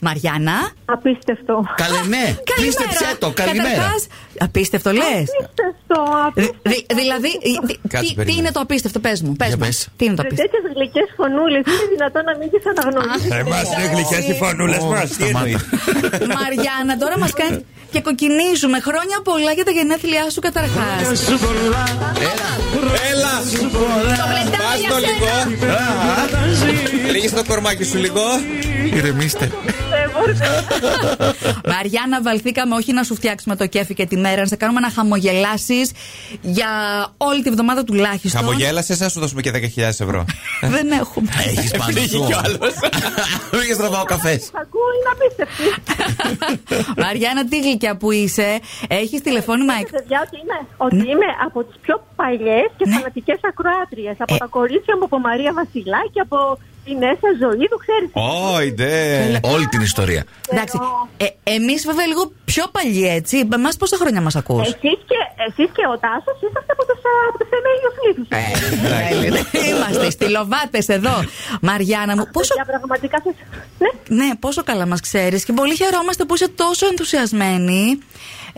Μαριάννα. Απίστευτο. Καλέ, ναι. Καλημέρα. Πίστεψέ το, καλημέρα. Καταρχάς, απίστευτο λες. Απίστευτο, Ε, απίστευτο. Δηλαδή, δη- δη- Κάτσε, τι- τι, περίμενε. είναι το απίστευτο, πες μου. Πες Για μας. πες. Τι είναι το Με απίστευτο. τέτοιες γλυκές φωνούλες είναι δυνατόν να μην τις αναγνωρίζει. ε. Εμά είναι γλυκές οι φωνούλες Ω, μας. Τι σταμάτα. εννοεί. Μαριάννα, τώρα μας κάνεις και κοκκινίζουμε χρόνια πολλά για τα γενέθλιά σου καταρχάς. Ε, Έλα. Λεπτά για Άστο σένα. λίγο. Λίγη το κορμάκι σου λίγο. Ηρεμήστε. Ε, Μαριάννα, βαλθήκαμε όχι να σου φτιάξουμε το κέφι και τη μέρα, να σε κάνουμε να χαμογελάσεις για όλη τη βδομάδα τουλάχιστον. Χαμογέλασε, θα σου δώσουμε και 10.000 ευρώ. Δεν έχουμε. Έχεις πάνω Φύγει σου. κι ο άλλος. Μην έχεις τραβάω καφές. Ακούω, είναι Ε. απίστευτη. Μαριάννα, τι γλυκιά που είσαι. Έχεις τηλεφώνημα εκ- Παιδιά, ότι είμαι, Ναι. ότι είμαι από τις πιο παλιές και φανατικές ακροάτριες. Από Ε. τα κορίτσια μου, από Μαρία Βασιλάκη, από την Έσα Ζωήδου, ξέρει. Όχι, ντε. Όλη την ιστορία. Εντάξει. Ε, Εμείς βέβαια λίγο πιο παλιοί, έτσι. Εμάς πόσα χρόνια μας ακούς. Εσείς και, εσείς και ο Τάσος είσαστε από τους, α, από τους θεμέλιους πλήθους. Ε. Είμαστε στυλοβάτες εδώ. Μαριάννα μου, πόσο, Για πραγματικά σας... Ναι, ναι, πόσο καλά μας ξέρεις και πολύ χαιρόμαστε που είσαι τόσο ενθουσιασμένη.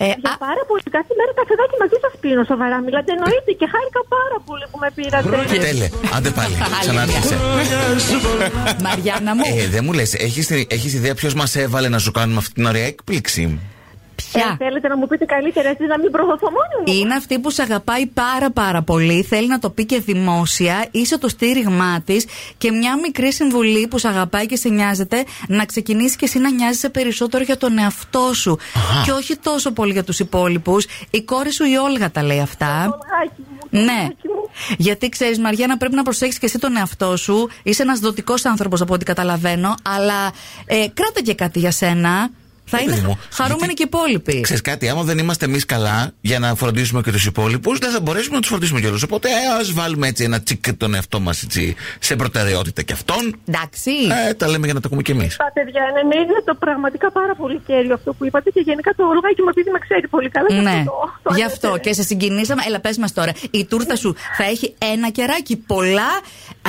Ε, για α, πάρα πολύ. Κάθε μέρα καφεδάκι μαζί σας πίνω σοβαρά. Μιλάτε εννοείται και χάρηκα πάρα πολύ που με πήρατε. Τέλε. Άντε πάλι. Ξανάρχισε. Μαριάννα μου, Ε, δεν μου λες, έχεις ιδέα ποιος μας έβαλε να σου κάνουμε αυτή την ωραία έκπληξη. Ε, πια. θέλετε να μου πείτε καλύτερα εσείς να μην προδοθώ μόνη μου. Είναι αυτή που σε αγαπάει πάρα πάρα πολύ. Θέλει να το πει και δημόσια. Είσαι το στήριγμά της. Και μια μικρή συμβουλή που σε αγαπάει και σε νοιάζεται να ξεκινήσεις και εσύ να νοιάζεσαι περισσότερο για τον εαυτό σου. Και όχι τόσο πολύ για τους υπόλοιπους. Η κόρη σου η Όλγα τα λέει αυτά. Κολγάκι μου, Ναι. κολγάκι μου. Γιατί ξέρεις, Μαριάννα, πρέπει να προσέχει και εσύ τον εαυτό σου. Είσαι ένας δοτικός άνθρωπος από ό,τι καταλαβαίνω. Αλλά ε, κράτα και κάτι για σένα. Θα Ε, είναι παιδί μου, χαρούμενοι γιατί- και οι υπόλοιποι. Ξέρεις κάτι, άμα δεν είμαστε εμείς καλά για να φροντίσουμε και τους υπόλοιπους, δεν θα μπορέσουμε να τους φροντίσουμε κιόλας. Οπότε ας βάλουμε έτσι ένα τσικ τον εαυτό μας σε προτεραιότητα κι αυτόν. Εντάξει. Ε, τα λέμε για να τα ακούμε κι εμείς. Τα παιδιά, ναι, ναι, είναι το πραγματικά πάρα πολύ κέριο αυτό που είπατε και γενικά το Όλγακι μου επειδή με ξέρει πολύ καλά. γι' Ναι, αυτό το- το γι' ανέφερε. αυτό και σε συγκινήσαμε. Έλα, πες μας τώρα. Η τούρτα σου θα έχει ένα κεράκι, πολλά,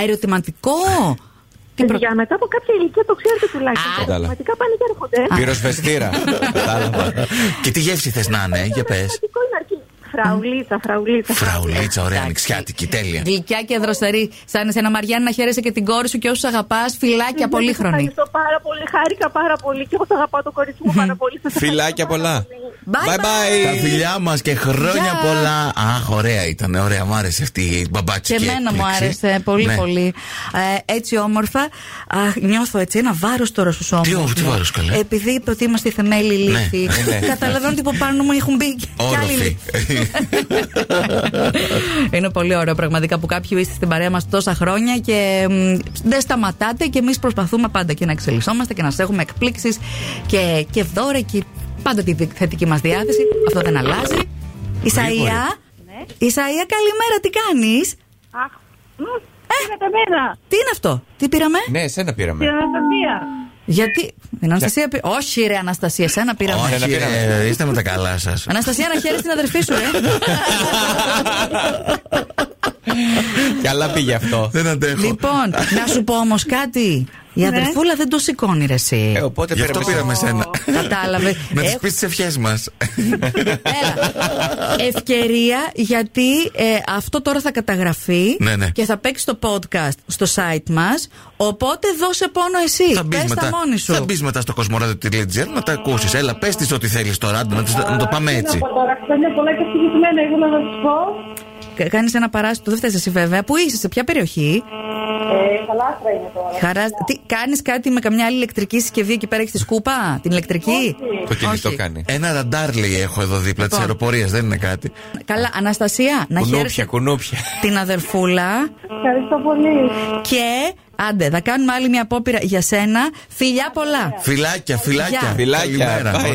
ερωτηματικό. Τι προ- Παιδιά, μετά από κάποια ηλικία το ξέρετε τουλάχιστον. Α. Τα Πραγματικά πάνε και έρχονται. Πυροσβεστήρα. Κατάλαβα. και τι γεύση θες να είναι, για πες. Πραγματικό είναι αρκεί. Φραουλίτσα, φραουλίτσα. Φραουλίτσα, ωραία, Ε, Εντάξει. ανοιξιάτικη, τέλεια. Γλυκιά και δροσερή. Σαν εσένα, Μαριάννα, να χαίρεσαι και την κόρη σου και όσους αγαπάς. Φιλάκια, Ναι, πολύχρονη. Ευχαριστώ πάρα πολύ, χάρηκα πάρα πολύ και εγώ θα αγαπάω το κορίτσι μου πάρα πολύ. Σας Φιλάκια ευχαριστώ πάρα πολλά. πολύ. Bye-bye. Τα φιλιά μας και χρόνια Γεια. πολλά. Αχ, ωραία ήταν, ωραία, μου άρεσε αυτή η μπαμπάτσικη. Και εμένα μου έκπληξη. άρεσε πολύ Ναι. πολύ. Ε, έτσι όμορφα. Α, νιώθω έτσι ένα βάρος τώρα στους ώμου. Τι- τι βάρος, καλέ? Επειδή είπε ότι είμαστε οι θεμέλιοι Ναι, λύθοι. ναι. Καταλαβαίνω ότι από πάνω μου έχουν μπει και άλλοι Όροφη. λύθοι. Είναι πολύ ωραίο πραγματικά που κάποιοι είστε στην παρέα μας τόσα χρόνια και μ, δεν σταματάτε και εμείς προσπαθούμε πάντα και να εξελισσόμαστε και να σα έχουμε εκπλήξεις και, και δώρα και πάντα τη θετική μας διάθεση. Αυτό δεν αλλάζει. Ισαία. Ισαία, καλημέρα, τι κάνεις. Αχ, μμ, πήρατε εμένα, Τι είναι αυτό, τι πήραμε. Ναι, εσένα πήραμε. την Αναστασία. Γιατί. Την Αναστασία πή- Όχι, ρε Αναστασία, εσένα πήραμε. Ωραία. Όχι, πήραμε. ε, είστε με τα καλά σας. Αναστασία, να χαίρεσαι την αδερφή σου, ρε. Καλά πήγε αυτό. Δεν αντέχω. λοιπόν, να σου πω όμως κάτι. Ναι. Η αδερφούλα δεν το σηκώνει, ρε, εσύ. Ε, οπότε Γι' αυτό πήραμε σένα. Κατάλαβε. Με τις Έχω- πεις τις ευχές μας. Έλα. Ευκαιρία γιατί ε, αυτό τώρα θα καταγραφεί Ναι, ναι. και θα παίξει το podcast στο site μας. Οπότε δώσε πόνο εσύ. Θα μπεις Πες τα μετά, μόνη σου. θα μπεις μετά στο κοσμοράδιο.gr να τα ακούσεις. Έλα, πες της ό,τι θέλεις τώρα, άντε, να τις- να το πάμε έτσι. Χρόνια πολλά και συγκεκριμένα ήθελα να σας πω. Κάνεις ένα παράστατο, δεν φταίεις εσύ βέβαια. Πού είσαι, σε ποια περιοχή. Ε, Χαλάστρα είναι τώρα. Χαρά... Τι, κάνεις κάτι με καμιά άλλη ηλεκτρική συσκευή εκεί πέρα, έχεις τη σκούπα, την ηλεκτρική. Το κινητό Όχι. κάνει. Ένα ραντάρ λέει έχω εδώ δίπλα Λοιπόν. τη αεροπορία, δεν είναι κάτι. Καλά, Αναστασία, να χαίρεσαι Κουνούπια, κουνούπια. την αδερφούλα Ευχαριστώ πολύ. και άντε, θα κάνουμε άλλη μια απόπειρα για σένα. Φιλιά πολλά. Φιλάκια, φιλάκια. Γεια. Φιλάκια. Καλημέρα, πάει.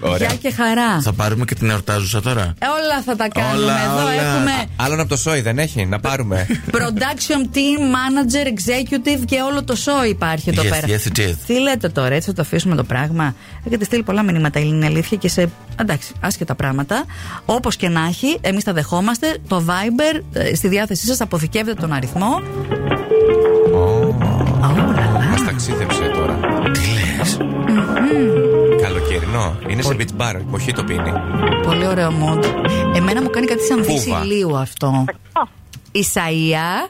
ωραία. Γεια και χαρά. Θα πάρουμε και την εορτάζουσα τώρα. Ε, Όλα θα τα κάνουμε. Όλα, Εδώ όλα. έχουμε Άλλον από το σόι δεν έχει, να πάρουμε. production team, manager, executive και όλο το show υπάρχει εδώ Yes, πέρα. yes, it is. Τι λέτε τώρα, έτσι θα το αφήσουμε το πράγμα. Έχετε στείλει πολλά μηνύματα, η Ελληνική Αλήθεια και σε εντάξει, άσχετα πράγματα. Όπως και να έχει, εμείς τα δεχόμαστε. Το Viber ε, στη διάθεσή σας αποθηκεύετε τον αριθμό. Ω, Α, όλα. Μας ταξίδεψε τώρα. Τι λες Καλοκαιρινό. Είναι σε beach bar, όχι το πίνει. Πολύ ωραίο μόντ. Εμένα μου κάνει κάτι σαν δύση Κούβα. ηλίου αυτό. Ισαία.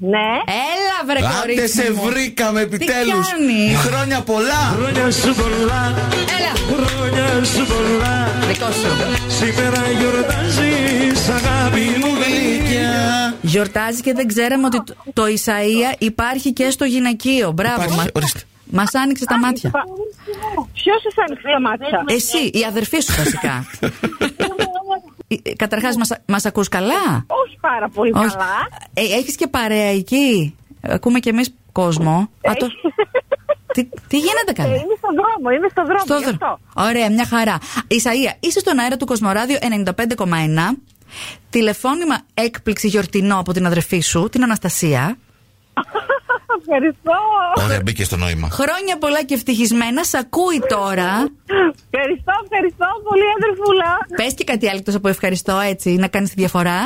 Ναι. Έλα βρε Άντε κορίτσι σε μου. βρήκαμε επιτέλους! κάνεις? Χρόνια πολλά! Χρόνια σου πολλά, Έλα. χρόνια σου πολλά. Δικό σου. Σήμερα γιορτάζεις αγάπη μου γλυκιά. Γιορτάζει και δεν ξέραμε ότι το- το Ισαΐα υπάρχει και στο γυναικείο. Μπράβο. Υπάρχει, Μα ορίστε. μας άνοιξε τα μάτια. Ε. Ποιος σας άνοιξε τα μάτια. Εσύ, η αδερφή σου βασικά. Ε, Καταρχάς μας, μας ακούς καλά. Όχι πάρα πολύ Όχι. καλά. Ε, έχεις και παρέα εκεί. Ακούμε κι εμείς κόσμο. Α, το- τι, τι γίνεται Ε, καλά. Είμαι στον δρόμο, είμαι στον δρόμο. ναι. Στο γι' αυτό. δρόμο. Ωραία, μια χαρά. Ισαΐα, είσαι στον αέρα του Κοσμοράδιο 95,1. Τηλεφώνημα έκπληξη γιορτινό από την αδερφή σου, την Αναστασία. Ευχαριστώ. Ωραία, μπήκε στο νόημα. Χρόνια πολλά και ευτυχισμένα. Σ' ακούει τώρα. Ευχαριστώ, ευχαριστώ πολύ, αδερφούλα. Πες και κάτι άλλο εκτός από ευχαριστώ, έτσι, να κάνεις τη διαφορά.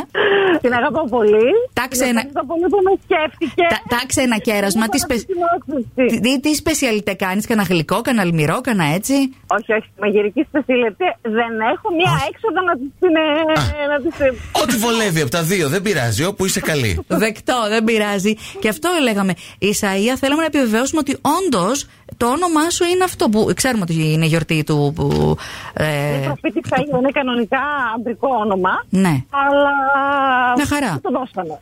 Την αγαπώ πολύ. Τάξε Την ένα- Ευχαριστώ πολύ που με σκέφτηκε. Τα- Τάξε ένα κέρασμα. Τι, σπε... Την όθηση. τι, τι σπεσιαλιτέ κάνεις, κανένα γλυκό, κανένα αλμυρό, κανένα έτσι. Όχι, όχι, μαγειρική σπεσιλετή. Δεν έχω μία έξοδο να της την. ε, να της, ε, Ό,τι βολεύει από τα δύο, δεν πειράζει, όπου είσαι καλή. Δεκτό, δεν πειράζει. Και αυτό λέγαμε. Ισαία, θέλαμε να επιβεβαιώσουμε ότι όντως το όνομά σου είναι αυτό που ξέρουμε ότι είναι η γιορτή του. Που, ε, Το σπίτι ξαγεί, είναι κανονικά αντρικό όνομα. ναι. Αλλά. Μια χαρά. Ναι. Το δώσανε.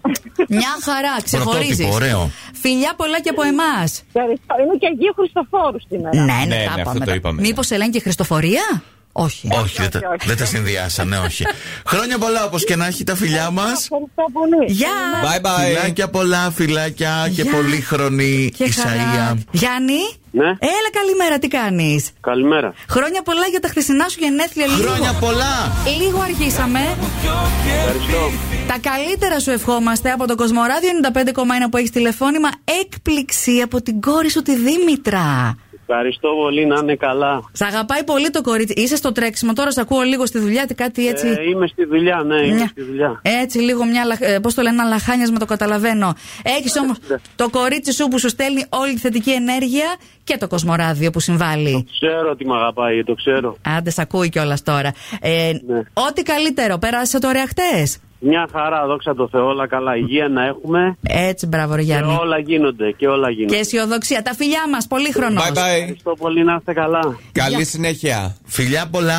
Μια χαρά, ξεχωρίζει. Πρωτότυπο, ωραίο. Φιλιά πολλά και από εμάς. Ευχαριστώ. Είναι Δηλαδή, και Αγίου Χριστοφόρου σήμερα. Ναι, Ναι, ναι, ναι, αυτό το τα είπαμε. είπαμε, Μήπως Ελένη και Χριστοφορία. Όχι. όχι, δεν, τα, όχι, όχι. δεν τα συνδυάσανε, όχι. Χρόνια πολλά, όπως και να έχει τα φιλιά μας. Ευχαριστώ πολύ. Γεια! Bye bye. Φιλάκια πολλά, φιλάκια και Γεια. πολύχρονη Και χαρά. Ισαία. Γιάννη, Ναι. έλα καλημέρα, τι κάνεις Καλημέρα. Χρόνια πολλά για τα χθεσινά σου γενέθλια, Χρόνια λίγο. πολλά! Λίγο αργήσαμε. Ευχαριστώ. Τα καλύτερα σου ευχόμαστε από το Κοσμοράδιο 95,1 που έχεις τηλεφώνημα. Έκπληξη από την κόρη σου τη Δήμητρα. Ευχαριστώ πολύ να είναι καλά. Σ' αγαπάει πολύ το κορίτσι. Είσαι στο τρέξιμο τώρα, σε ακούω λίγο στη δουλειά, τι κάτι έτσι. Ε, είμαι στη δουλειά, ναι, είμαι Μια- στη δουλειά. Έτσι, λίγο μια. λαχ- ε, Πώς το λένε, ένα λαχάνιασμα, το καταλαβαίνω. Ε, Έχει όμως ναι. το κορίτσι σου που σου στέλνει όλη τη θετική ενέργεια και το κοσμοράδιο που συμβάλλει. Ξέρω ότι με αγαπάει, το ξέρω. Άντε, σ' ακούει κιόλας τώρα. Ε, Ναι. Ό,τι καλύτερο, πέρασε το ωραία χτες. Μια χαρά, δόξα τω Θεώ, όλα καλά. Υγεία να έχουμε. Έτσι, μπράβο, ρε Και Γιάννη. όλα γίνονται, και όλα Και γίνονται. αισιοδοξία. Τα φιλιά μας, πολύ χρόνος. Bye bye. Ευχαριστώ πολύ να είστε καλά. Καλή συνέχεια. Φιλιά πολλά,